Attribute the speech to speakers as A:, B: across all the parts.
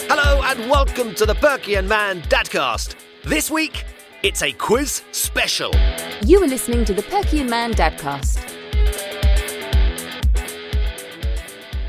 A: and welcome to the Berkey and Man Dadcast. This week, it's a quiz special.
B: You are listening to the Perky and Man Dadcast.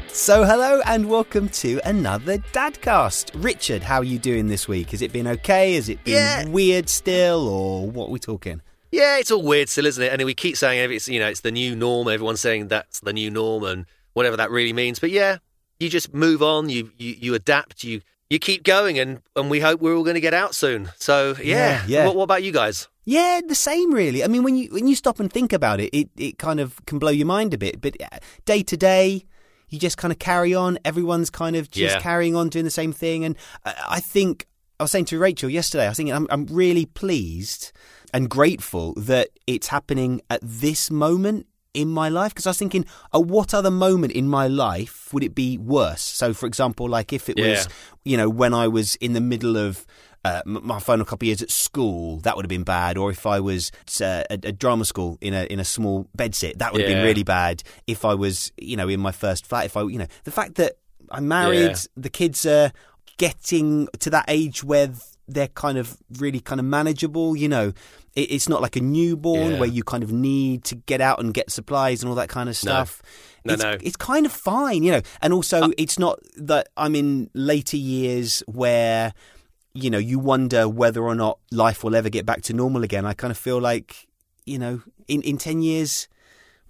C: So hello and welcome to another Dadcast. Richard, how are you doing this week? Has it been okay? Has it been
A: Yeah.
C: weird still, or what are we talking?
A: Yeah, it's all weird still, isn't it? And we keep saying it's you know it's the new norm. Everyone's saying that's the new norm and whatever that really means. But yeah, you just move on. You you, you adapt. You you keep going, and and we hope we're all going to get out soon. So yeah,
C: Yeah, yeah.
A: What, what about you guys?
C: Yeah, the same really. I mean, when you when you stop and think about it, it it kind of can blow your mind a bit. But uh, day to day, you just kind of carry on. Everyone's kind of just
A: Yeah.
C: carrying on doing the same thing. And I, I think I was saying to Rachel yesterday, I think I'm I'm really pleased and grateful that it's happening at this moment in my life because I was thinking, at what other moment in my life would it be worse? So, for example, like if it
A: Yeah.
C: was you know, when I was in the middle of uh, m- my final couple of years at school, that would have been bad. Or if I was uh, at a drama school in a in a small bedsit, that would have
A: Yeah.
C: been really bad. If I was, you know, in my first flat, if I, you know, the fact that I'm married,
A: Yeah.
C: the kids are getting to that age where th- they're kind of really kind of manageable. You know, it, it's not like a newborn
A: Yeah.
C: where you kind of need to get out and get supplies and all that kind
A: No.
C: of stuff
A: No,
C: it's,
A: no. Uh,
C: it's kind of fine, you know. And also, it's not that I'm in later years where, you know, you wonder whether or not life will ever get back to normal again. I kind of feel like, you know, in, in 10 years,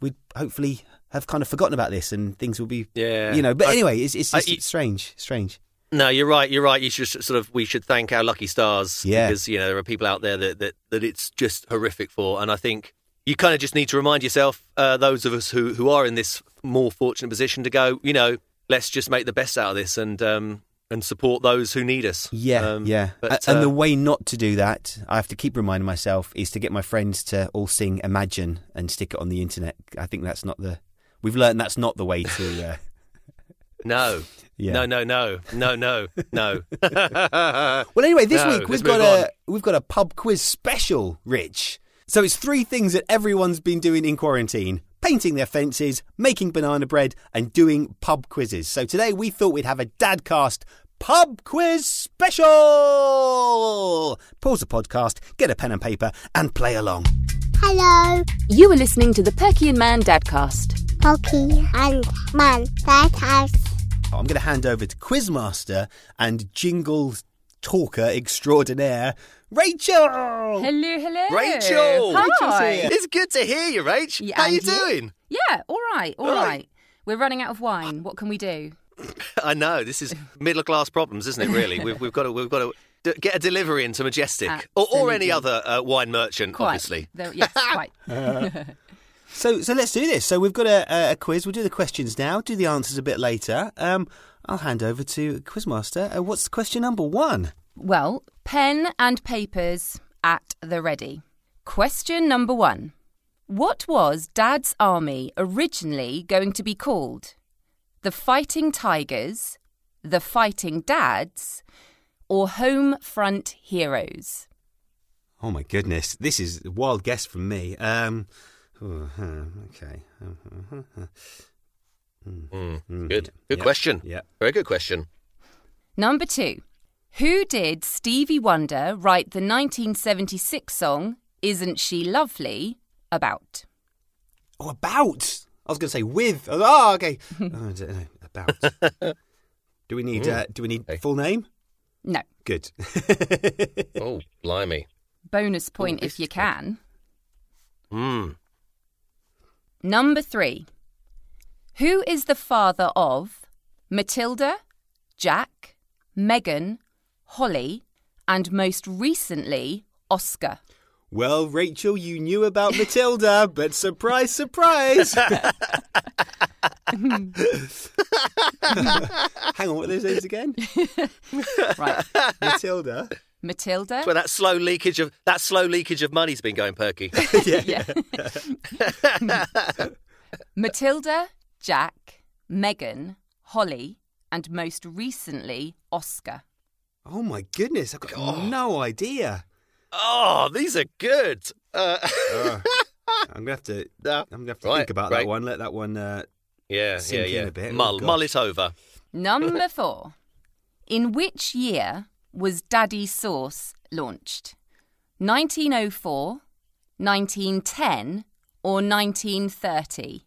C: we'd hopefully have kind of forgotten about this and things will be,
A: Yeah,
C: you know. But
A: I-
C: anyway, it's, it's
A: I-
C: just
A: you-
C: strange, strange.
A: No, you're right. You're right. You should s- sort of we should thank our lucky stars
C: Yeah.
A: because you know there are people out there that that, that it's just horrific for, and I think you kind of just need to remind yourself, uh, those of us who who are in this more fortunate position, to go. You know, let's just make the best out of this and um and support those who need us.
C: Yeah,
A: Um,
C: yeah.
A: but,
C: A- and the
A: uh,
C: way not to do that, I have to keep reminding myself, is to get my friends to all sing Imagine and stick it on the internet. I think that's not the. We've learned that's not the way to. Uh,
A: no,
C: yeah.
A: no, no, no, no, no, no.
C: Well, anyway, this
A: No,
C: week
A: let's
C: we've got
A: move
C: a we've got a pub quiz special, Rich. So it's three things that everyone's been doing in quarantine: painting their fences, making banana bread, and doing pub quizzes. So today we thought we'd have a Dadcast pub quiz special. Pause the podcast, get a pen and paper, and play along.
D: Hello,
B: You are listening to the Perky and Man Dadcast.
D: Pocky and Man. That house.
C: Oh, I'm going to hand over to Quizmaster and Jingle Talker Extraordinaire, Rachel.
E: Hello, hello.
A: Rachel!
E: Hi.
A: it's good to hear you, Rach.
E: Yeah,
A: How
E: and
A: you
E: you?
A: doing?
E: Yeah, all right, all
A: Hi.
E: right. We're running out of wine. What can we do?
A: I know this is middle class problems, isn't it? Really, we've, we've got to we've got to d- get a delivery into Majestic or, or any
E: Absolutely.
A: other uh, wine merchant,
E: Quite.
A: obviously.
E: There- yes, quite.
C: So, so let's do this. So we've got a, a quiz. We'll do the questions now. Do the answers a bit later. Um, I'll hand over to Quizmaster. Uh, what's question number one?
E: Well, pen and papers at the ready. Question number one What was Dad's army originally going to be called? The Fighting Tigers, the Fighting Dads, or Home Front Heroes?
C: Oh my goodness, this is a wild guess from me. Um, oh, huh, okay.
A: Mm, Good. Good
C: Yeah.
A: question.
C: Yeah.
A: Very good question.
E: Number two, who did Stevie Wonder write the 1976 song Isn't She Lovely about?
C: Oh, about. I was going to say with. Oh, okay. oh, I don't know. About. do we
A: Mm.
C: need? Uh, do we need
A: Okay.
C: full name?
E: No,
C: Good.
A: Oh, blimey.
E: bonus point
A: Ooh,
E: if
A: this
E: you
A: is
E: can.
A: Mm.
E: Number three, who is the father of Matilda, Jack, Megan, Holly, and most recently, Oscar?
C: well, Rachel, you knew about Matilda, but surprise, surprise. Hang on, what are those names again?
E: Right,
C: Matilda.
E: Matilda.
A: That's where that slow leakage of that slow leakage of money's been going, Perky.
E: yeah. Matilda, Jack, Megan, Holly, and most recently Oscar.
C: Oh my goodness, I've got no idea.
A: oh, these are good. Uh,
C: I'm gonna have to.
A: Yeah.
C: I'm gonna have to
A: Right,
C: think about
A: right.
C: that one. Let that one. Uh,
A: yeah, yeah,
C: Sink in
A: yeah.
C: a bit. Oh,
A: Mull,
C: gosh.
A: mull it over.
E: Number four. In which year was Daddy Sauce launched? 1904, 1910, or 1930?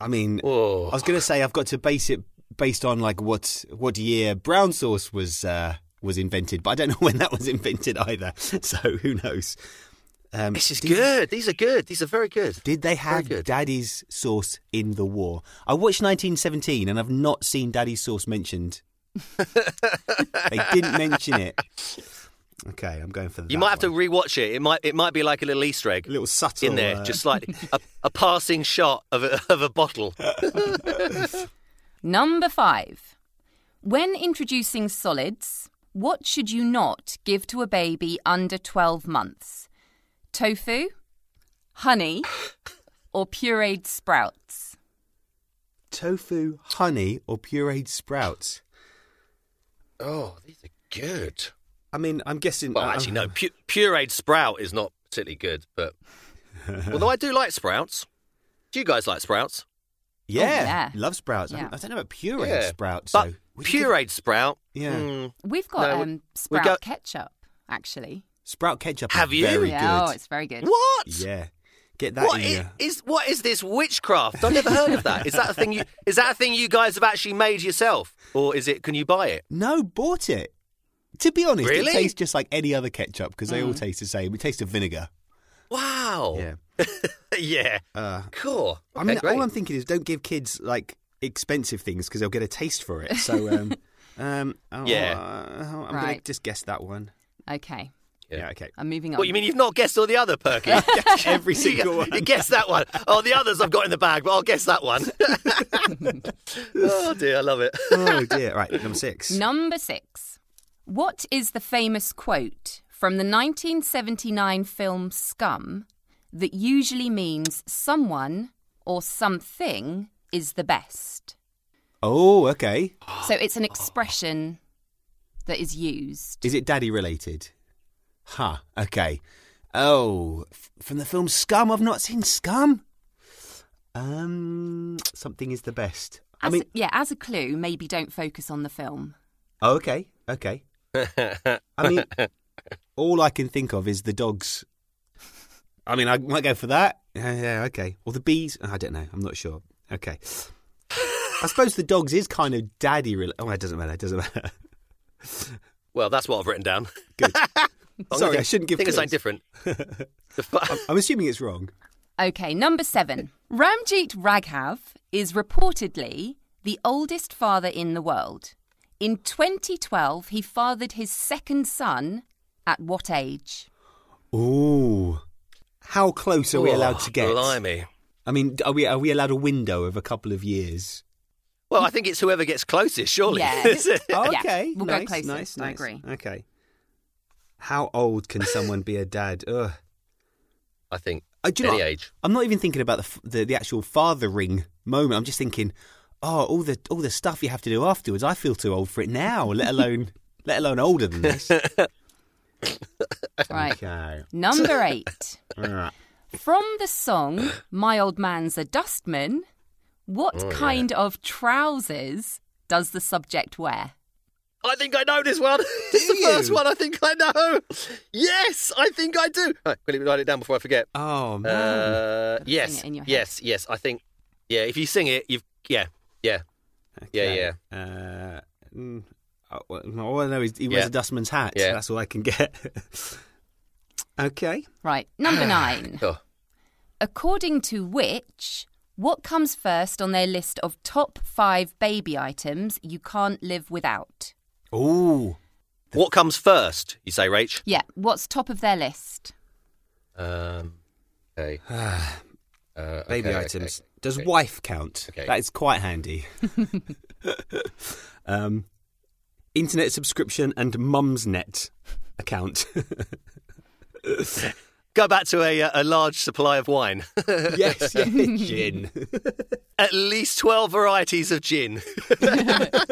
C: I mean,
A: Whoa.
C: I was going to say I've got to base it based on like what what year brown sauce was uh, was invented, but I don't know when that was invented either. So who knows? Um,
A: This is
C: did-
A: good. These are good. These are very good.
C: Did they have
A: good.
C: Daddy's sauce in the war? I watched 1917 and I've not seen Daddy's sauce mentioned. they didn't mention it. Okay, I'm going for that.
A: You might have to rewatch it. It might it might be like a little Easter egg
C: a little subtle
A: in there,
C: uh,
A: just slightly a, a passing shot of a, of a bottle.
E: Number five. When introducing solids, what should you not give to a baby under 12 months? Tofu, honey, or pureed sprouts?
C: tofu, honey, or pureed sprouts.
A: Oh, these are good.
C: I mean, I'm guessing.
A: Well,
C: uh,
A: actually, no. Pu- pureed sprout is not particularly good, but although I do like sprouts. Do you guys like sprouts?
C: Yeah,
E: Oh, yeah.
C: love sprouts. I,
E: Yeah.
C: don't, I don't know about pureed
A: Yeah.
C: sprouts.
A: but
C: though. Would you give-
A: pureed sprout.
C: Yeah.
A: mm,
E: We've got
A: No, we-
E: um,
A: we
E: sprout
A: go-
E: ketchup, actually.
C: sprout ketchup.
A: Have
C: is
A: you?
C: Very
E: yeah,
C: good.
E: oh, it's very good.
A: what?
C: Yeah, get that uh,
A: What
C: in
A: is,
C: your-
A: is what is this witchcraft? I've never heard of that. Is that a thing? You, is that a thing you guys have actually made yourself, or is it? Can you buy it?
C: No, bought it. To be honest,
A: Really? Mm.
C: it tastes just like any other ketchup because they all taste the same. It tastes of vinegar.
A: Wow. yeah.
C: Uh,
A: Cool.
C: I
A: Okay,
C: mean,
A: great.
C: all I'm thinking is don't give kids like expensive things because they'll get a taste for it. So, um, um, oh,
A: Yeah.
C: uh, I'm going to
E: Right.
C: just guess that one.
E: Okay,
A: Yeah.
C: Yeah, okay.
E: I'm moving on.
A: What you mean you've not guessed all the other Perky?
C: Every
A: You-
C: single one.
A: You guessed that one. Oh, the others I've got in the bag, but I'll guess that one. oh dear, I love it.
C: oh dear. Right, number six.
E: Number six. What is the famous quote from the 1979 film Scum that usually means someone or something is the best?
C: Oh, okay.
E: So it's an expression that is used.
C: Is it daddy related? Huh. Okay. Oh, f- from the film Scum. I've not seen Scum. Um, something is the best. I
E: As
C: mean,
E: yeah, as a clue, maybe don't focus on the film.
C: Oh, okay, okay. I mean, all I can think of is the dogs. I mean, I might go for that. Yeah, yeah, okay. Or the bees. I don't know. I'm not sure. Okay. I suppose the dogs is kind of daddy. Really. Oh, it doesn't matter. It doesn't matter.
A: Well, that's what I've written down.
C: Good.
A: I'm
C: Sorry,
A: gonna
C: I shouldn't give
A: Oh, Think of something
C: clues.
A: different. The fu-
C: I'm assuming it's wrong.
E: Okay, number seven. Ramjeet Raghav is reportedly the oldest father in the world. In 2012, he fathered his second son at what age?
C: Ooh. How close are we
A: Oh,
C: allowed to get?
A: Blimey.
C: I mean, are we are we allowed a window of a couple of years?
A: Well, I think it's whoever gets closest, surely.
E: Yeah.
C: Oh,
E: Yeah,
C: okay.
E: we'll go
C: nice,
E: closest,
C: Nice,
E: I
C: nice.
E: agree.
C: Okay. How old can someone be a dad? Ugh.
A: I think
C: Uh, do you know
A: any
C: what?
A: age.
C: I'm not even thinking about the, f- the the actual fathering moment. I'm just thinking, oh, all the all the stuff you have to do afterwards. I feel too old for it now. Let alone let alone older than this.
E: Right.
C: Okay.
E: Number eight.
C: All right.
E: From the song My Old Man's a Dustman, what kind of trousers does the subject wear?
A: I think I know this one. it's the
C: you?
A: first one I think I know. Yes, I think I do. Right, quickly write it down before I forget.
C: Oh man.
A: Uh, yes,
E: it in your head.
A: yes, yes. I think, yeah. If you sing it, you've, yeah, yeah, yeah,
C: yeah. Uh, mm, oh, well, all I know is he
A: Yeah.
C: wears a dustman's hat.
A: Yeah.
C: That's all I can get. okay.
E: Right. Number nine.
A: yeah. Oh.
E: According to which, what comes first on their list of top five baby items you can't live without?
C: Ooh.
A: What comes first? You say, Rach.
E: Yeah, what's top of their list?
A: Um, okay.
C: Ah.
A: Uh,
C: baby
A: okay, okay,
C: items.
A: okay,
C: Does
A: okay.
C: wife count?
A: Okay.
C: That is quite handy. um, internet subscription and mum's net account.
A: go back to a uh, a large supply of wine?
C: yes, yeah, gin.
A: At least twelve varieties of gin.
C: Oh,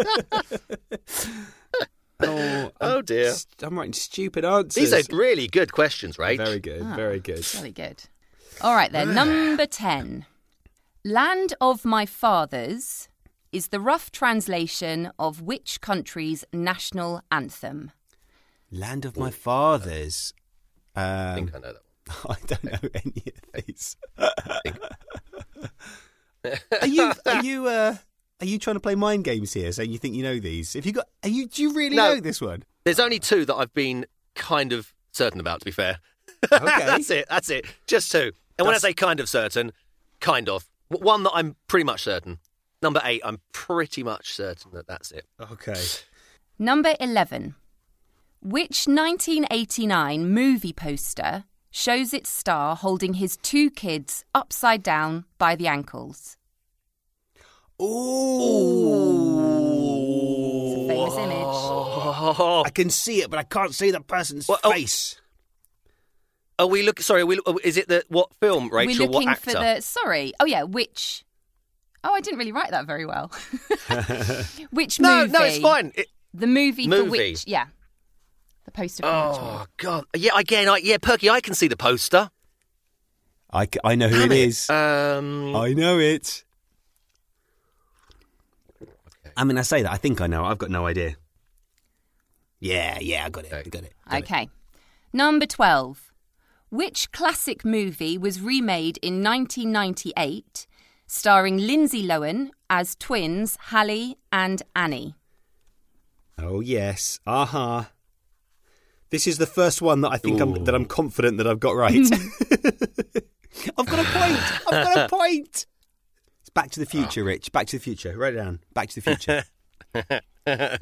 A: Oh,
C: I'm
A: dear.
C: st- I'm writing stupid answers.
A: These are really good questions, Rach.
C: very good, very good.
E: Really good. All right, then. Number 10. Land of My Fathers is the rough translation of which country's national anthem?
C: Land of my fathers.
A: I
C: Um,
A: think I know that one.
C: I don't know any of these. are you are you uh, are you trying to play mind games here? Saying you think you know these? If you got, are you do you really
A: No.
C: know this one?
A: There's only two that I've been kind of certain about, to be fair. that's it. That's it. Just two. And when I
C: That's-
A: say kind of certain, kind of. W- One that I'm pretty much certain. Number eight, I'm pretty much certain that that's it.
C: Okay.
E: Number 11. Which 1989 movie poster shows its star holding his two kids upside down by the ankles?
C: Ooh.
E: It's a famous image.
A: Oh,
C: I can see it, but I can't see the person's
A: Well, oh.
C: face.
A: are we look? Sorry, are we, are- is it the what film, Rachel?
E: We're looking
A: what actor?
E: for the. Sorry. Oh, yeah, which. Oh, I didn't really write that very well. which
A: no,
E: movie?
A: no, it's fine. It-
E: The movie,
A: Movie.
E: for which. Yeah. The poster for which one?
A: oh God, yeah, again, I, yeah, Perky, I can see the poster.
C: I, c- I know who
A: Damn
C: it is. Oh.
A: Um,
C: I know it. I mean, I say that. I think I know. I've got no idea. Yeah, yeah, I got it. I got it. Got it.
E: Okay. Number 12. Which classic movie was remade in 1998 starring Lindsay Lohan as twins Hallie and Annie?
C: Oh yes. Aha. This is the first one that I think I'm, that I'm confident that I've got right. I've got a point. I've got a point. It's Back to the Future, Rich. Back to the Future. Write it down. Back to the Future.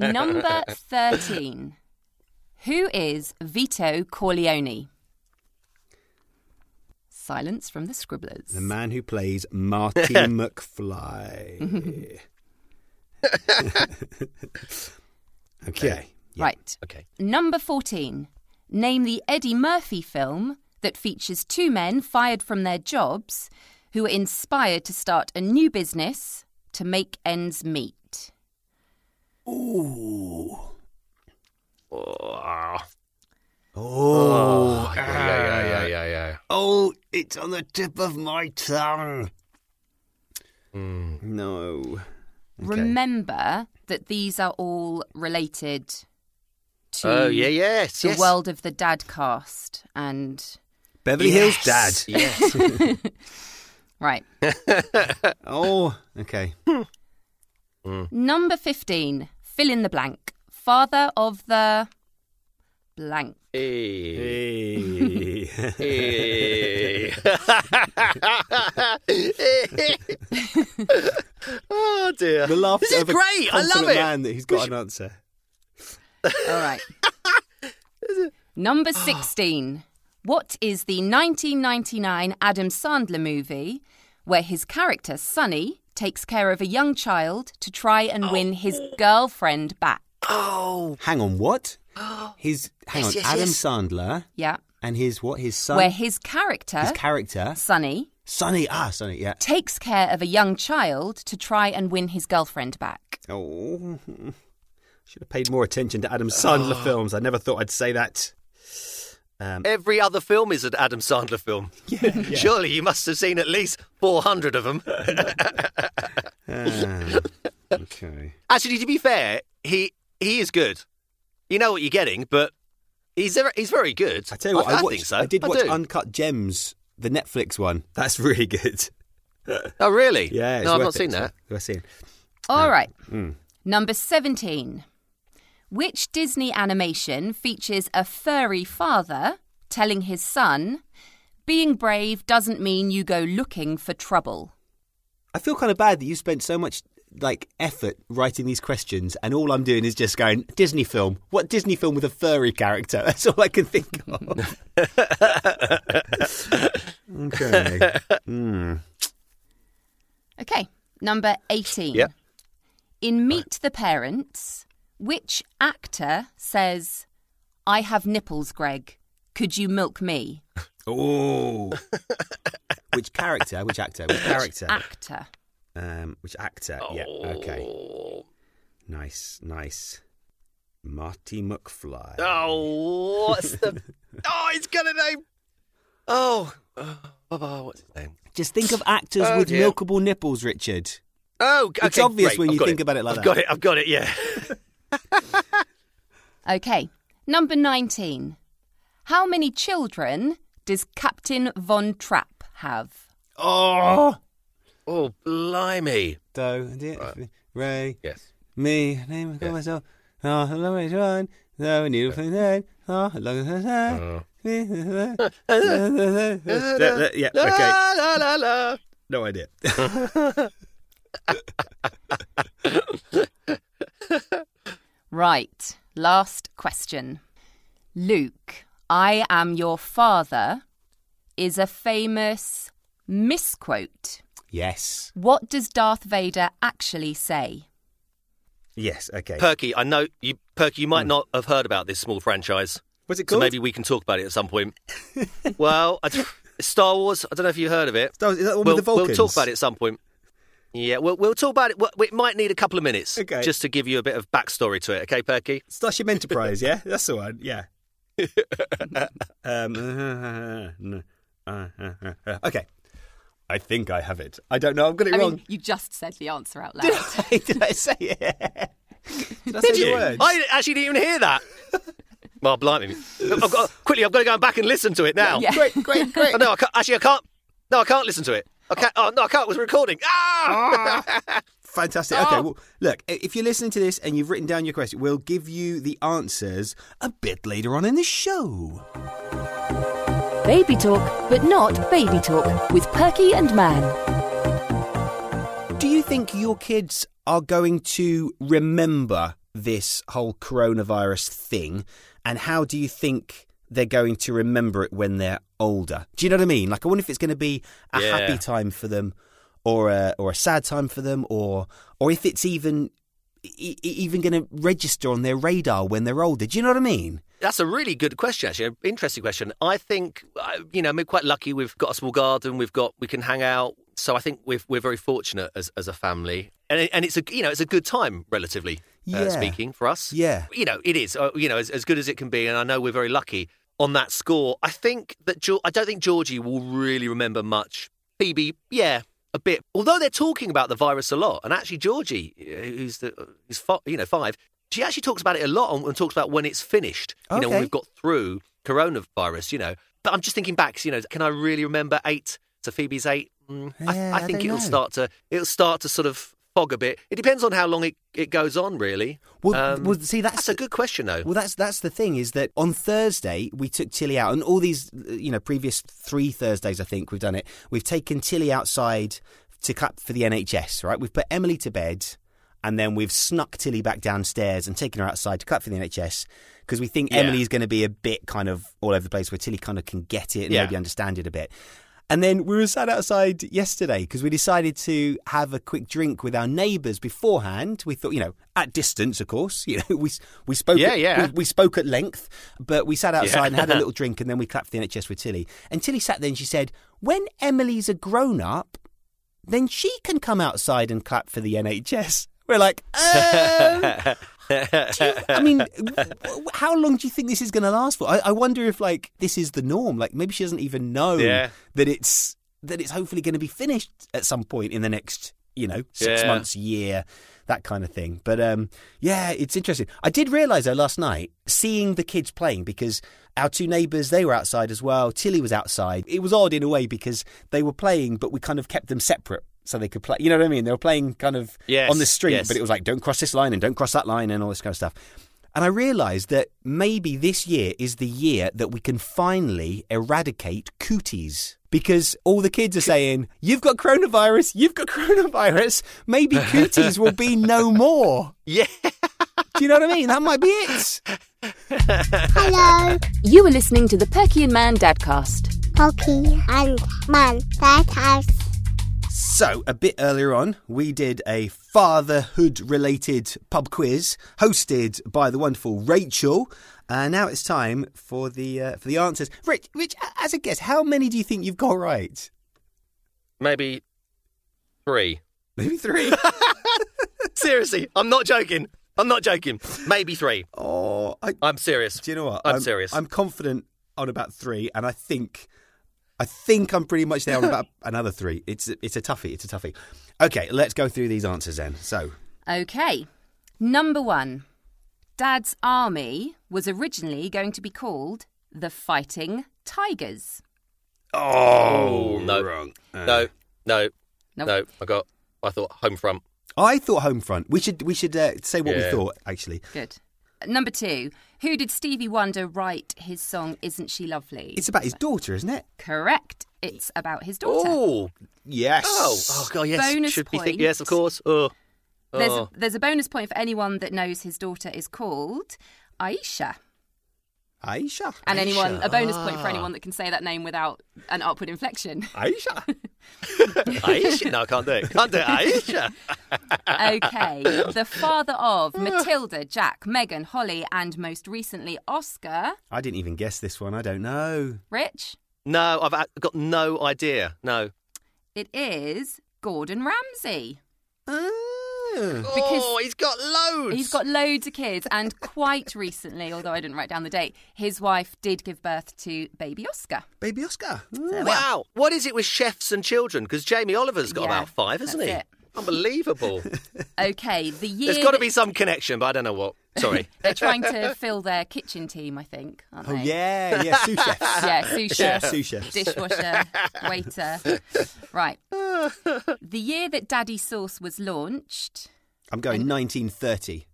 E: Number 13. Who is Vito Corleone? Silence from the scribblers.
C: the man who plays Marty McFly. okay.
E: Right.
A: okay,
E: Number 14. Name the Eddie Murphy film that features two men fired from their jobs who are inspired to start a new business to make ends meet.
C: Ooh.
A: oh,
C: Oh.
A: yeah, yeah, yeah, yeah, yeah.
C: Oh, it's on the tip of my tongue. No.
E: Remember that these are all related to
C: Uh,
A: Oh, yeah, yes,
E: the
A: yes.
E: world of the dad cast. And,
C: Beverly
A: Yes,
C: Hills Dad.
A: Yes.
E: right.
C: Oh, okay.
E: Number 15. Fill in the blank. Father of the blank.
A: Hey.
C: Hey.
A: Hey. oh dear!
C: the laughter
A: this is
C: of a
A: great. I love
C: confident
A: it.
C: Man that he's got an answer.
E: All right. Number 16. What is the 1999 Adam Sandler movie where his character, Sonny, takes care of a young child to try
C: Oh.
E: and win his girlfriend back?
A: Oh,
C: Hang on, what? His hang
A: Yes,
C: on,
A: yes,
C: Adam
A: yes.
C: Sandler
E: Yeah.
C: and his what? His son,
E: Where his character,
C: his character,
E: Sonny,
C: Sonny. Ah, Sonny. Yeah.
E: takes care of a young child to try and win his girlfriend back.
C: Oh, should have paid more attention to Adam Sandler films. I never thought I'd say that. Um,
A: every other film is an Adam Sandler film.
C: yeah, yeah.
A: Surely you must have seen at least four hundred of them.
C: Ah, okay.
A: Actually, to be fair, he he is good. You know what you're getting, but he's ver- he's very good.
C: I tell you what, I,
A: I,
C: watched,
A: think so.
C: I did watch
A: do.
C: Uncut Gems, the Netflix one. That's really good.
A: oh, really?
C: Yeah, it's
A: No, I've
C: worth
A: not
C: it.
A: seen
C: It's
A: that.
C: worth- worth seeing.
E: All right. Number 17. Which Disney animation features a furry father telling his son, being brave doesn't mean you go looking for trouble?
C: I feel kind of bad that you spent so much like effort writing these questions, and all I'm doing is just going Disney film. What Disney film with a furry character? That's all I can think of. okay.
E: Okay. Number 18.
A: Yep.
E: In Meet the Parents, which actor says, I have nipples, Greg. Could you milk me?
C: Oh. which character? Which actor? Which character?
E: Actor.
C: Um, which actor? Yeah.
A: Oh.
C: Okay. Nice. Nice. Marty McFly.
A: Oh, what's the? oh, he's got a name. Oh, oh, oh, what's his name?
C: Just think of actors
A: Oh,
C: with
A: dear.
C: milkable nipples, Richard.
A: Oh, okay,
C: It's obvious
A: great.
C: when
A: I've
C: you
A: got
C: think
A: it.
C: about it like
A: I've
C: that.
A: got it. I've got it. Yeah.
E: Okay, number 19. How many children does Captain Von Trapp have?
C: Oh,
A: Oh, blimey.
C: do Ray
A: Yes.
C: me name I call
A: Yeah.
C: myself. Oh, hello, Ray John. No, I need to play that. Oh, hello,
F: Uh-huh.
C: Ah,
A: Yeah,
C: yeah,
A: La, la, la, la.
C: No idea.
E: Right, last question. Luke, I am your father is a famous misquote.
C: Yes.
E: What does Darth Vader actually say?
F: Yes, okay.
A: Perky, I know you. Perky, you
F: Hmm.
A: might not have heard about this small franchise,
F: What's it
A: so
F: called?
A: maybe we can talk about it at some point. well, I d Star Wars. I don't know if you heard of it.
F: Star Wars, is that the one
A: we'll,
F: with the
A: we'll
F: Vulcans?
A: talk about it at some point. Yeah, we'll, we'll talk about it. Well, It might need a couple of minutes
F: Okay.
A: just to give you a bit of backstory to it. Okay, Perky.
F: Starship Enterprise, yeah? That's the one, yeah. um, okay. I think I have it. I don't know. I've got it
E: I
F: wrong.
E: mean, you just said the answer out loud.
F: Did I say it? Did I say the words?
A: I actually didn't even hear that. well, blimey! I've got, quickly, I've got to go back and listen to it now.
E: Yeah.
F: Great, great, great.
A: Oh, no, I can't, actually, I can't. No, I can't listen to it. I can't. Oh no, I can't. It was recording. Ah!
F: Fantastic. Okay, well, look, i- if you're listening to this and you've written down your question, we'll give you the answers a bit later on in the show.
B: Baby talk, but not baby talk with Perky and Man.
C: Do you think your kids are going to remember this whole coronavirus thing? And how do you think they're going to remember it when they're older? Do you know what I mean? Like, I wonder if it's going to be a
A: Yeah.
C: happy time for them, or a or a sad time for them, or or if it's even e- e- even going to register on their radar when they're older. Do you know what I mean?
A: That's a really good question, actually. An interesting question. I think uh, you know we're quite lucky. We've got a small garden. We've got we can hang out. So I think we're we're very fortunate as as a family, and it- and it's a you know it's a good time relatively
C: Yeah.
A: uh, speaking for us.
C: Yeah.
A: you know it is uh, you know as, as good as it can be, and I know we're very lucky on that score. I think that Geor I don't think Georgie will really remember much. Phoebe, yeah. A bit, although they're talking about the virus a lot, and actually Georgie, uh, who's the who's fi- you know five, she actually talks about it a lot and, and talks about when it's finished. You know,
C: Okay.
A: when we've got through coronavirus, you know. But I'm just thinking back, you know, can I really remember eight to Phoebe's eight? Mm,
C: Yeah,
A: I, I
C: I
A: think
C: don't
A: it'll
C: know.
A: start to it'll start to sort of fog a bit. It depends on how long it, it goes on, really.
C: Well, well, see, that's
A: Um, a good question, though.
C: Well, that's that's the thing is that on Thursday we took Tilly out, and all these you know previous three Thursdays I think we've done it. We've taken Tilly outside to cut for the NHS, right? We've put Emily to bed, and then we've snuck Tilly back downstairs and taken her outside to cut for the NHS because we think
A: Yeah.
C: Emily's going to be a bit kind of all over the place where Tilly kind of can get it and
A: Yeah.
C: maybe understand it a bit. And then we were sat outside yesterday because we decided to have a quick drink with our neighbours beforehand. We thought, you know, at distance, of course. You know, we we spoke.
A: Yeah,
C: at,
A: yeah.
C: We, we spoke at length, but we sat outside
A: Yeah.
C: and had a little drink, and then we clapped for the NHS with Tilly. And Tilly sat there and she said, "When Emily's a grown up, then she can come outside and clap for the NHS." We're like, um, do you- I mean, w- w- how long do you think this is going to last for? I, I wonder if like this is the norm. Like maybe she doesn't even know
A: Yeah.
C: that it's that it's hopefully going to be finished at some point in the next you know six
A: Yeah.
C: months, year, that kind of thing. But um, yeah, it's interesting. I did realise though last night seeing the kids playing because our two neighbours they were outside as well. Tilly was outside. It was odd in a way because they were playing, but we kind of kept them separate. So they could play, you know what I mean? They were playing kind of
A: Yes,
C: on the street,
A: yes.
C: but it was like, don't cross this line and don't cross that line and all this kind of stuff. And I realised that maybe this year is the year that we can finally eradicate cooties. Because all the kids are saying, you've got coronavirus, you've got coronavirus, maybe cooties will be no more.
A: yeah.
C: Do you know what I mean? That might be it.
D: Hello,
B: You are listening to the Perky and Man Dadcast.
D: Pokey and Man That House.
C: So, a bit earlier on, we did a fatherhood related pub quiz hosted by the wonderful Rachel. And now it's time for the uh, for the answers. Rich, Rich, a- as a guess, how many do you think you've got right?
A: Maybe three.
C: Maybe three.
A: Seriously, I'm not joking. I'm not joking. Maybe three.
C: oh, I,
A: I'm serious.
C: do you know what?
A: I'm serious.
C: I'm confident on about three, and I think I think I'm pretty much there on about another three. It's it's a toughie. It's a toughie. Okay, let's go through these answers then. So
E: Okay. Number one Dad's army was originally going to be called the Fighting Tigers.
A: Oh, no.
C: Uh.
A: No, no,
E: Nope.
A: no. I got, I thought home front.
C: I thought home front. We should we should uh, say what we
A: Yeah.
C: thought actually.
E: Good. Number two Who did Stevie Wonder write his song Isn't She Lovely?
C: It's about his daughter, isn't it?
E: Correct. It's about his daughter.
A: Oh,
C: Yes.
A: oh, oh, God, yes.
E: Bonus
A: Should be
E: point.
A: think, yes, of course. Oh,
E: There's,
A: oh.
E: there's a bonus point for anyone that knows his daughter is called Aisha.
C: Aisha.
E: And anyone,
C: Aisha.
E: a bonus point for anyone that can say that name without an upward inflection.
C: Aisha.
A: Aisha. No, I can't do it. Can't do it. Aisha.
E: okay. The father of Matilda, Jack, Megan, Holly, and most recently Oscar.
C: I didn't even guess this one. I don't know.
E: Rich,
A: No, I've a- got no idea. No.
E: it is Gordon Ramsay.
C: Ah.
A: oh, he's got loads.
E: He's got loads of kids, and quite recently, although I didn't write down the date, his wife did give birth to baby Oscar.
C: Baby Oscar.
A: Wow. What is it with chefs and children? Because Jamie Oliver's got
E: Yeah,
A: about five, hasn't he?
E: that's it.
A: Unbelievable.
E: Okay, the year.
A: There's got to
E: that-
A: be some connection, but I don't know what. Sorry.
E: They're trying to fill their kitchen team, I think, aren't
C: Oh
E: they?
C: yeah, yeah, sous chefs.
E: Yeah, sous chef,
C: sous chefs.
E: dishwasher, waiter. Right. The year that Daddy Sauce was launched,
C: I'm going 1930.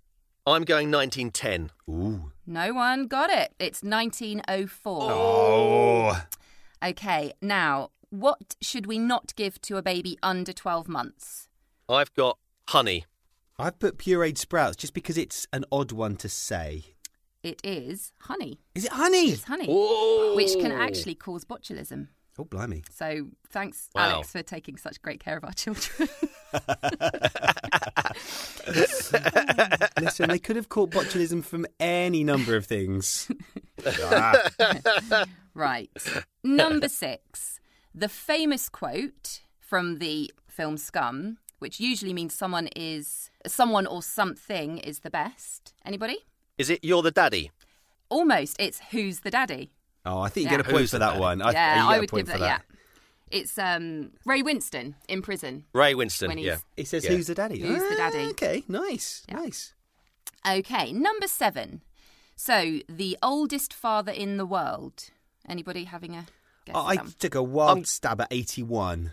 A: I'm going 1910.
C: Ooh.
E: no one got it. It's 1904.
A: Oh.
C: Oh.
E: Okay, now, what should we not give to a baby under 12 months?
A: I've got honey.
C: I've put pureed sprouts just because it's an odd one to say.
E: It is honey.
C: Is it honey?
E: It's honey,
A: Oh.
E: which can actually cause botulism.
C: Oh blimey.
E: So thanks,
A: Wow.
E: Alex, for taking such great care of our children.
C: Listen, they could have caught botulism from any number of things. Ah.
E: Right. Number six. The famous quote from the film Scum, which usually means someone is someone or something is the best. Anybody?
A: Is it you're the daddy?
E: Almost. It's who's the daddy.
C: Oh, I think you
E: Yeah.
C: get a point
A: Who's
C: for that
A: that?
C: one. I,
E: yeah,
C: you get
E: I
C: a
E: would
C: point
E: give
C: for
E: that, Yeah. It's um, Ray Winston in prison.
A: Ray Winston.
E: When he's-
A: yeah.
C: It says,
A: Yeah.
C: "Who's the daddy?"
E: Who's the
C: Ah,
E: daddy?
C: Okay, nice, nice.
E: Okay. Number seven. So the oldest father in the world. Anybody having a guess?
C: I, I
E: at that one?
C: took a wild
A: Um,
C: stab at eighty-one.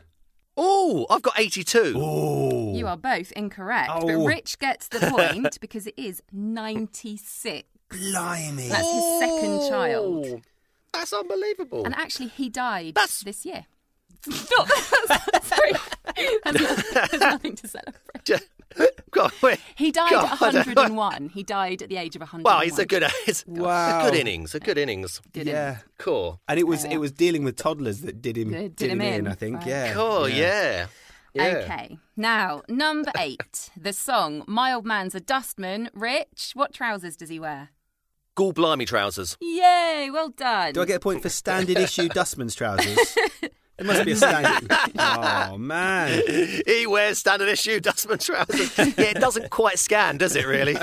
A: Oh, I've got 82.
C: Oh,
E: You are both incorrect. But
C: Oh.
E: Rich gets the point because it is 96.
C: blimey!
E: That's his second child.
A: Oh, That's
C: Oh.
A: unbelievable.
E: And actually, he died
A: That's-
E: this year. Stop. Sorry. That's not- There's nothing to celebrate.
A: God, wait.
E: He died at
A: God.
E: 101. He died at the age of 101.
A: Wow, it's a good, it's
C: Wow.
A: a good innings. A good innings.
E: Good
C: yeah,
E: innings.
A: Cool.
C: and it was it was dealing with toddlers that did him
E: Did-
C: did,
E: did him
C: in,
E: in.
C: I think,
E: Right.
C: yeah.
A: Cool. Yeah. yeah.
E: Okay. Now, number eight. the song My Old Man's a Dustman. Rich, what trousers does he wear?
A: Gall blimey trousers.
E: Yay, well done.
C: Do I get a point for standard issue dustman's trousers? It must be a standard. oh man!
A: He wears standard issue dustman trousers. yeah, it doesn't quite scan, does it? Really?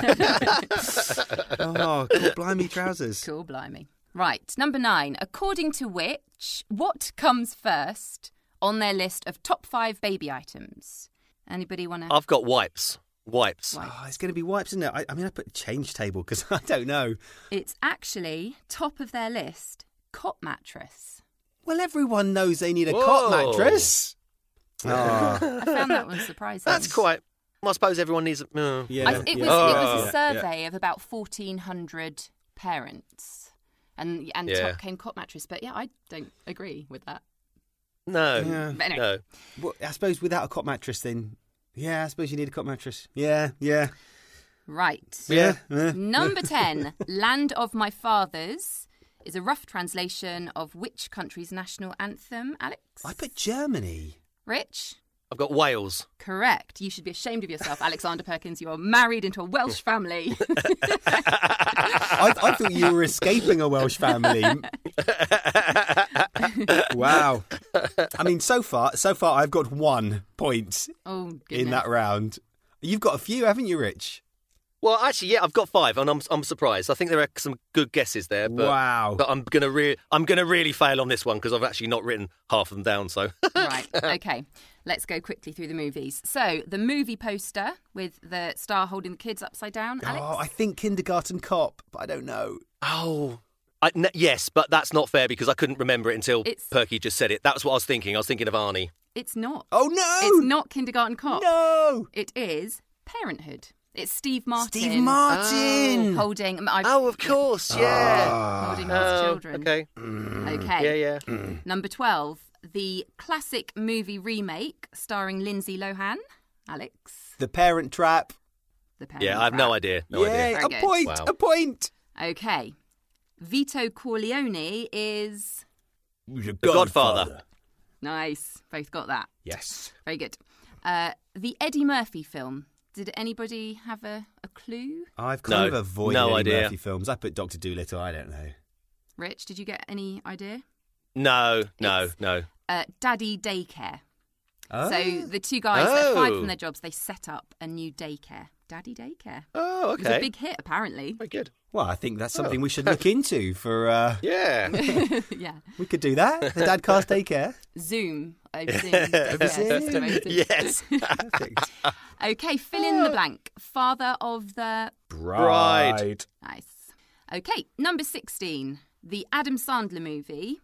C: Oh, cool, blimey trousers.
E: Cool, blimey. Right, number nine. According to which, what comes first on their list of top five baby items? Anybody want to?
A: I've got wipes. Wipes.
E: Wipes.
C: Oh, it's going to be wipes, isn't it? I, I mean, I put change table because I don't know.
E: It's actually top of their list. Cot mattress.
C: Well, everyone knows they need a
A: Whoa. Ah.
C: cot mattress. Oh,
E: I found that one surprising.
A: That's quite. I suppose everyone needs. a- mm.
C: yeah.
E: I, it was it
A: Oh.
E: was a
C: Yeah, yeah.
E: survey of about fourteen hundred parents, and and
A: Yeah.
E: top came cot mattress. But yeah, I don't agree with that.
A: No.
C: Yeah.
E: But anyway,
A: No.
C: Well, I suppose without a cot mattress, then. Yeah, I suppose you need a cot mattress. Yeah, yeah,
E: right.
C: yeah.
E: Number 10, Land of My Fathers, is a rough translation of which country's national anthem, Alex?
C: I put Germany.
E: Rich?
A: I've got Wales.
E: Correct. You should be ashamed of yourself, Alexander Perkins. You're married into a Welsh family.
C: I, I thought you were escaping a Welsh family. wow. I mean, so far, so far, I've got one point
E: oh, goodness.
C: in that round. You've got a few, haven't you, Rich?
A: Well, actually, yeah, I've got five, and I'm I'm surprised. I think there are some good guesses there. But,
F: Wow.
A: But I'm gonna re- I'm gonna really fail on this one because I've actually not written half of them down. So
E: right. Okay. Let's go quickly through the movies. So, the movie poster with the star holding the kids upside down. Alex?
C: Oh, I think Kindergarten Cop, but I don't know.
A: oh. I, n- yes, but that's not fair because I couldn't remember it until
E: It's-
A: Perky just said it. That's what I was thinking. I was thinking of Arnie.
E: It's not.
C: Oh no!
E: It's not Kindergarten Cop.
C: No.
E: It is Parenthood. It's Steve Martin.
C: Steve Martin.
E: Holding. um, I-
A: Oh, course, yeah.
C: Oh.
E: Holding his children.
A: Oh, okay,
C: Mm.
E: Okay.
A: yeah, yeah.
E: Number 12, the classic movie remake starring Lindsay Lohan. Alex,
C: The Parent Trap.
E: the parent.
A: Yeah, I have no idea. No
C: Yay!
A: idea.
E: Very
C: A
E: good.
C: point.
A: Wow.
C: A point.
E: Okay. Vito Corleone is.
C: The
A: Godfather.
E: Nice. Both got that.
C: Yes.
E: Very good. Uh, the Eddie Murphy film. Did anybody have a, a clue?
C: I've
A: kind
C: kind
A: No.
C: of
A: of avoided
C: avoided
A: No Eddie idea. Murphy
C: films. I put Doctor Dolittle. I don't know.
E: Rich, did you get any idea?
A: No, no,
E: It's-
A: no.
E: Uh, Daddy Daycare.
C: Oh.
E: So the two guys, they're fired
A: Oh.
E: from their jobs, they set up a new daycare. Daddy Daycare.
A: Oh,
E: It was a
A: okay.
E: big hit, apparently.
A: Very good.
C: well, I think
E: Oh.
C: that's something we should look into. For uh,
A: Yeah.
E: yeah.
C: we could do that. The Dad Cast Daycare.
E: Zoom over Zoom. Daycare,
C: Zoom.
E: that's amazing.
A: yes. Ah.
C: Perfect.
E: Okay, fill in the blank. Father of the.
A: Bride.
E: Nice. Okay, number 16. The Adam Sandler movie,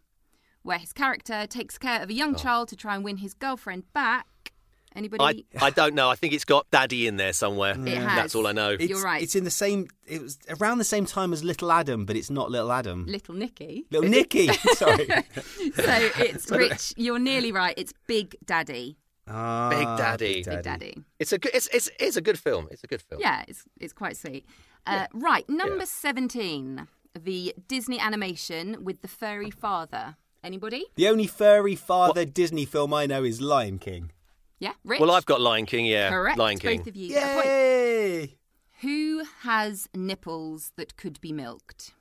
E: where his character takes care of a
A: Oh.
E: young child to try and win his girlfriend back. Anybody?
A: I, I don't know. I think it's got Daddy in there somewhere.
E: It has.
A: That's all I know.
E: You're
C: It's-
E: right.
C: It's in the same. It was around the same time as Little Adam, but it's not Little Adam.
E: Little Nicky.
C: Little Nicky. Sorry.
E: So it's Rich. You're nearly right. It's Big Daddy.
C: Ah,
A: Big Daddy.
E: Big Daddy.
A: It's a good. It's, it's it's a good film. It's a good film.
E: Yeah, it's it's quite sweet. Uh, Right, number seventeen, the Disney animation with the furry father. Anybody?
C: The only furry father Disney film I know is Lion King.
E: Yeah, Rich.
A: Well, I've got Lion King. Yeah.
E: correct.
A: Lion King.
E: Both of you. get a point.
C: Yay!
E: Who has nipples that could be milked?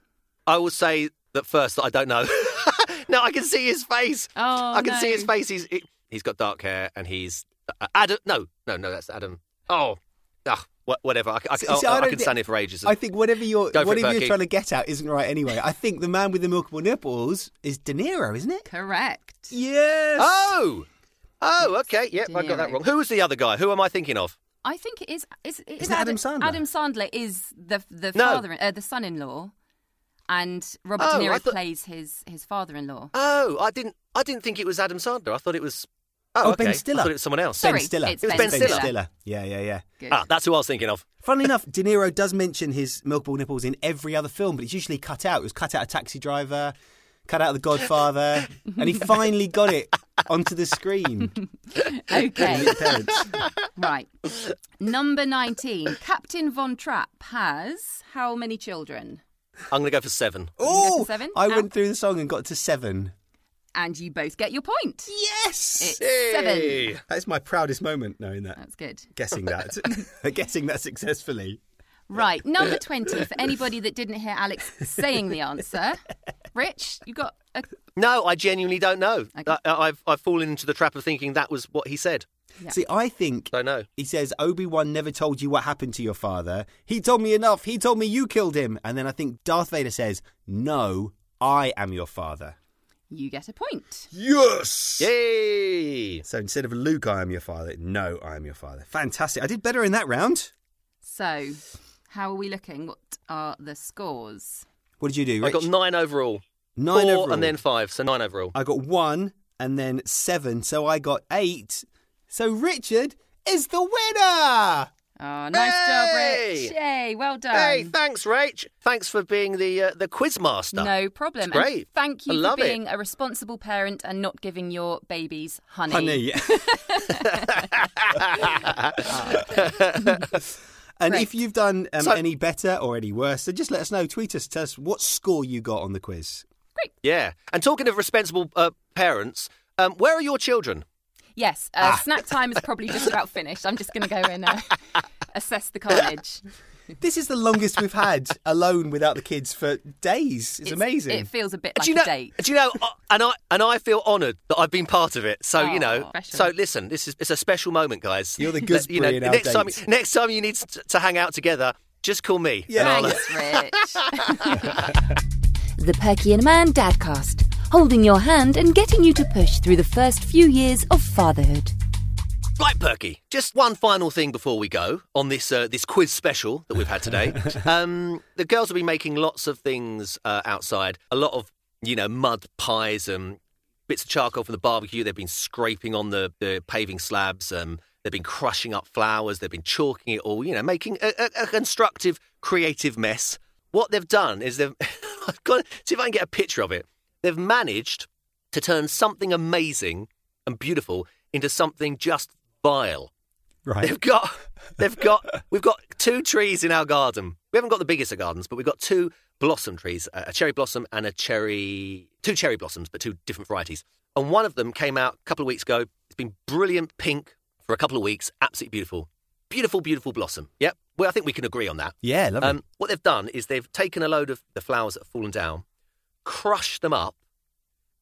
A: I will say that first. that I don't know. no, I can see his face.
E: Oh,
A: I can see
E: no.
A: his face. He's he- he's got dark hair and he's uh, Adam. No, no, no. That's Adam. Oh, ah, wha- whatever. I, c- I c-
C: See, see,
A: oh,
C: I
A: I
C: don't
A: can
C: thi-
A: stand here for ages.
C: I think whatever you're
A: Go for it,
C: whatever you're
A: Berkey.
C: trying to get at isn't right anyway. I think the man with the milkable nipples is De Niro, isn't it? Ah,
E: Correct.
C: Yes.
A: oh, oh, okay. Yep,
E: De
A: I got that
E: Niro.
A: wrong. Who was the other guy? Who am I thinking of?
E: I think it is. Is, it is
C: Isn't it Adam Sandler?
E: Adam Sandler is the the
A: No.
E: father, uh, the son-in-law, and Robert
A: Oh,
E: De
A: I
E: Niro
A: thought-
E: plays his his father-in-law.
A: Oh, I didn't. I didn't think it was Adam Sandler. I thought it was. Oh,
C: Oh, Ben
A: okay.
C: Stiller.
A: I thought it was someone else.
E: Sorry,
C: ben Stiller.
E: it's
A: It was Ben Ben Stiller. Stiller.
C: Yeah, yeah, yeah.
E: Good.
A: Ah, that's who I was thinking of.
C: Funnily enough, De Niro does mention his milkable nipples in every other film, but it's usually cut out. It was cut out of Taxi Driver, cut out of The Godfather, and he finally got it onto the screen.
E: Okay.
C: Parents.
E: Right. Number 19. Captain Von Trapp has how many children?
A: I'm going to go for seven.
E: go for
C: Oh,
E: seven?
C: I
E: Al?
C: went through the song and got to seven.
E: And you both get your point.
C: Yes,
E: It's seven.
A: Hey.
C: that is my proudest moment knowing that.
E: That's good.
C: guessing that, guessing that successfully.
E: Right. Number 20. For anybody that didn't hear Alex saying the answer, Rich, you got a.
A: No, I genuinely don't know.
E: Okay.
A: I, have I've fallen into the trap of thinking that was what he said.
E: Yeah.
C: See, I think
A: I know.
C: he says Obi Wan never told you what happened to your father. He told me enough. He told me you killed him, and then I think Darth Vader says, "No, I am your father."
E: You get a point.
C: Yes.
A: Yay!
C: So instead of Luke, I am your father. No, I am your father. Fantastic! I did better in that round.
E: So, how are we looking? What are the scores?
C: What did you do?
A: I
C: Rich?
A: got nine overall. Um,
C: nine
A: Four
C: overall.
A: and then five, so nine overall.
C: I got one and then seven, so I got eight. So Richard is the winner.
E: Oh, nice
A: Hey!
E: job, Rich. Yay. Well done.
A: hey, thanks, Rach. Thanks for being the uh, the quiz master.
E: No problem.
A: It's great.
E: And thank you
A: I love
E: for
A: it.
E: being a responsible parent and not giving your babies
C: honey. and if you've done um,
A: So-
C: any better or any worse, then just let us know. Tweet us. Tell us what score you got on the quiz.
A: Yeah. And talking of responsible uh, parents, um, where are your children?
E: Yes, uh,
A: Ah.
E: snack time is probably just about finished. I'm just going to go and uh, assess the carnage. It's,
C: This is the longest we've had alone without the kids for days. It's, amazing.
E: It feels a bit like
A: do you know?
E: a date.
A: Do you know? uh, And I and I feel honoured that I've been part of it. So you know.
E: Aw, special.
A: So listen, this is it's a special moment, guys.
C: You're the
A: That,
C: gooseberry in our
A: next time,
C: date.
A: next time you need to, to hang out together, Just call me.
F: Yeah.
A: And I'll-
E: Thanks, Rich.
B: The Perky and Man Dadcast, holding your hand and getting you to push through the first few years of fatherhood.
A: Right, Perky. Just one final thing before we go on this uh, this quiz special that we've had today. um, the girls will be making lots of things uh, outside. A lot of you know mud pies and bits of charcoal from the barbecue. They've been scraping on the, the paving slabs. Um, they've been crushing up flowers. They've been chalking it all. You know, making a, a, a constructive, creative mess. What they've done is they've I've got see if I can get a picture of it. They've managed to turn something amazing and beautiful into something just vile.
F: Right.
A: They've got, they've got, we've got two trees in our garden. We haven't got the biggest of gardens, but we've got two blossom trees, a a cherry blossom and a cherry, two cherry blossoms, but two different varieties. And one of them came out a couple of weeks ago. It's been brilliant pink for a couple of weeks. Absolutely beautiful. Beautiful, beautiful blossom. Yep. Well, I think we can agree on that.
F: Yeah, lovely.
A: Um, what they've done is they've taken a load of the flowers that have fallen down, crushed them up,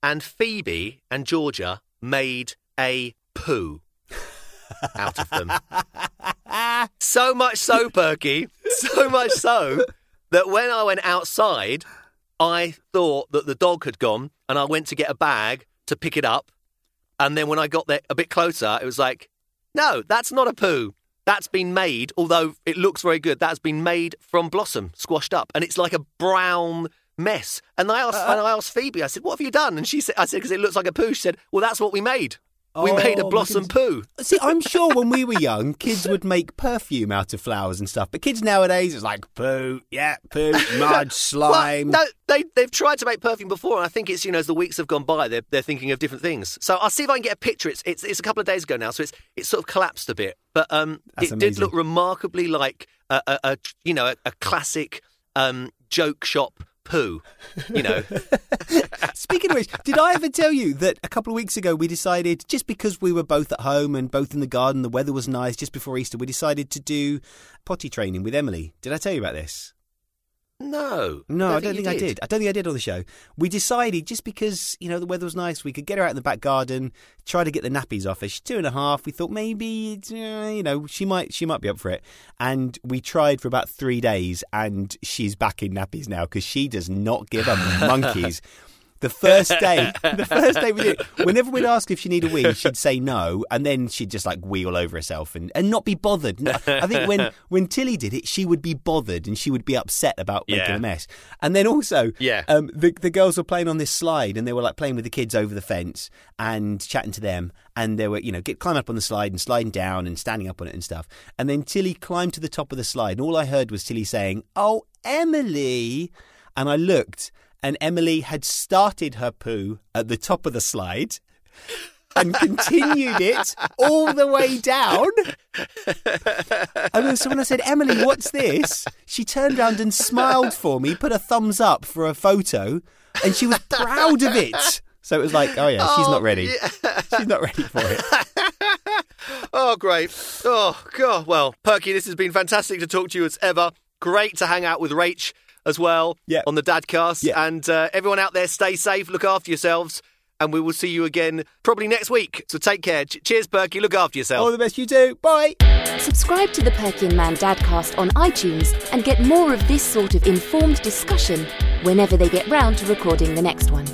A: and Phoebe and Georgia made a poo out of them. so much so, Perky, so much so that when I went outside, I thought that the dog had gone, and I went to get a bag to pick it up. And then when I got there a bit closer, it was like, no, that's not a poo. That's been made, although it looks very good, that's been made from blossom, squashed up. And it's like a brown mess. And I asked, and I asked Phoebe, I said, what have you done? And she said, I said, because it looks like a poo. She said, well, that's what we made. We
F: Oh,
A: made a
F: my
A: blossom poo.
C: See, I'm sure when we were young, kids would make perfume out of flowers and stuff. But kids nowadays, it's like poo, yeah, poo, mud, slime.
A: Well, no, they, they've tried to make perfume before, and I think it's, you know, as the weeks have gone by, they're, they're thinking of different things. So I'll see if I can get a picture. It's, it's, it's a couple of days ago now, so it's, it's sort of collapsed a bit. But um, it
F: That's
A: did
F: amazing.
A: look remarkably like a, a, a you know, a, a classic um, joke shop poo, you know.
C: Speaking of which, did I ever tell you that a couple of weeks ago we decided, just because we were both at home and both in the garden, the weather was nice just before Easter, we decided to do potty training with Emily. Did I tell you about this?
A: no.
C: No, I don't
A: you
C: think, I did. I don't think I did on the show. We decided just because you know the weather was nice, we could get her out in the back garden, try to get the nappies off her. She's two and a half. We thought maybe it's, uh, you know she might she might be up for it, and we tried for about three days, and she's back in nappies now because she does not give up monkeys. The first day, the first day we did, it, whenever we'd ask if she needed a wee, she'd say no, and then she'd just like wee all over herself and, and not be bothered. No, I think when when Tilly did it, she would be bothered and she would be upset about making
A: Yeah.
C: a mess. And then also,
A: Yeah.
C: um, the the girls were playing on this slide and they were like playing with the kids over the fence and chatting to them, and they were you know get climb up on the slide and sliding down and standing up on it and stuff. And then Tilly climbed to the top of the slide, and all I heard was Tilly saying, "Oh, Emily," and I looked. And Emily had started her poo at the top of the slide and continued it all the way down. And then someone said, Emily, what's this? She turned around and smiled for me, put a thumbs up for a photo, and she was proud of it. So it was like, oh yeah, she's not ready. She's not ready for it.
A: Oh, great. Oh, God. Well, Perky, this has been fantastic to talk to you as ever. Great to hang out with Rach as well
C: Yeah.
A: on the Dadcast.
C: Yeah.
A: And uh, everyone out there, stay safe, look after yourselves, and we will see you again probably next week. So take care. Ch- cheers, Perky. Look after yourself.
C: All the best you do. Bye.
B: Subscribe to the Perky and Man Dadcast on iTunes and get more of this sort of informed discussion whenever they get round to recording the next one.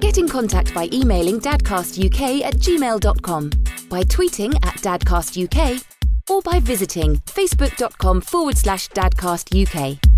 B: Get in contact by emailing dadcastuk at gmail.com, by tweeting at dadcastuk, or by visiting facebook.com forward slash dadcastuk.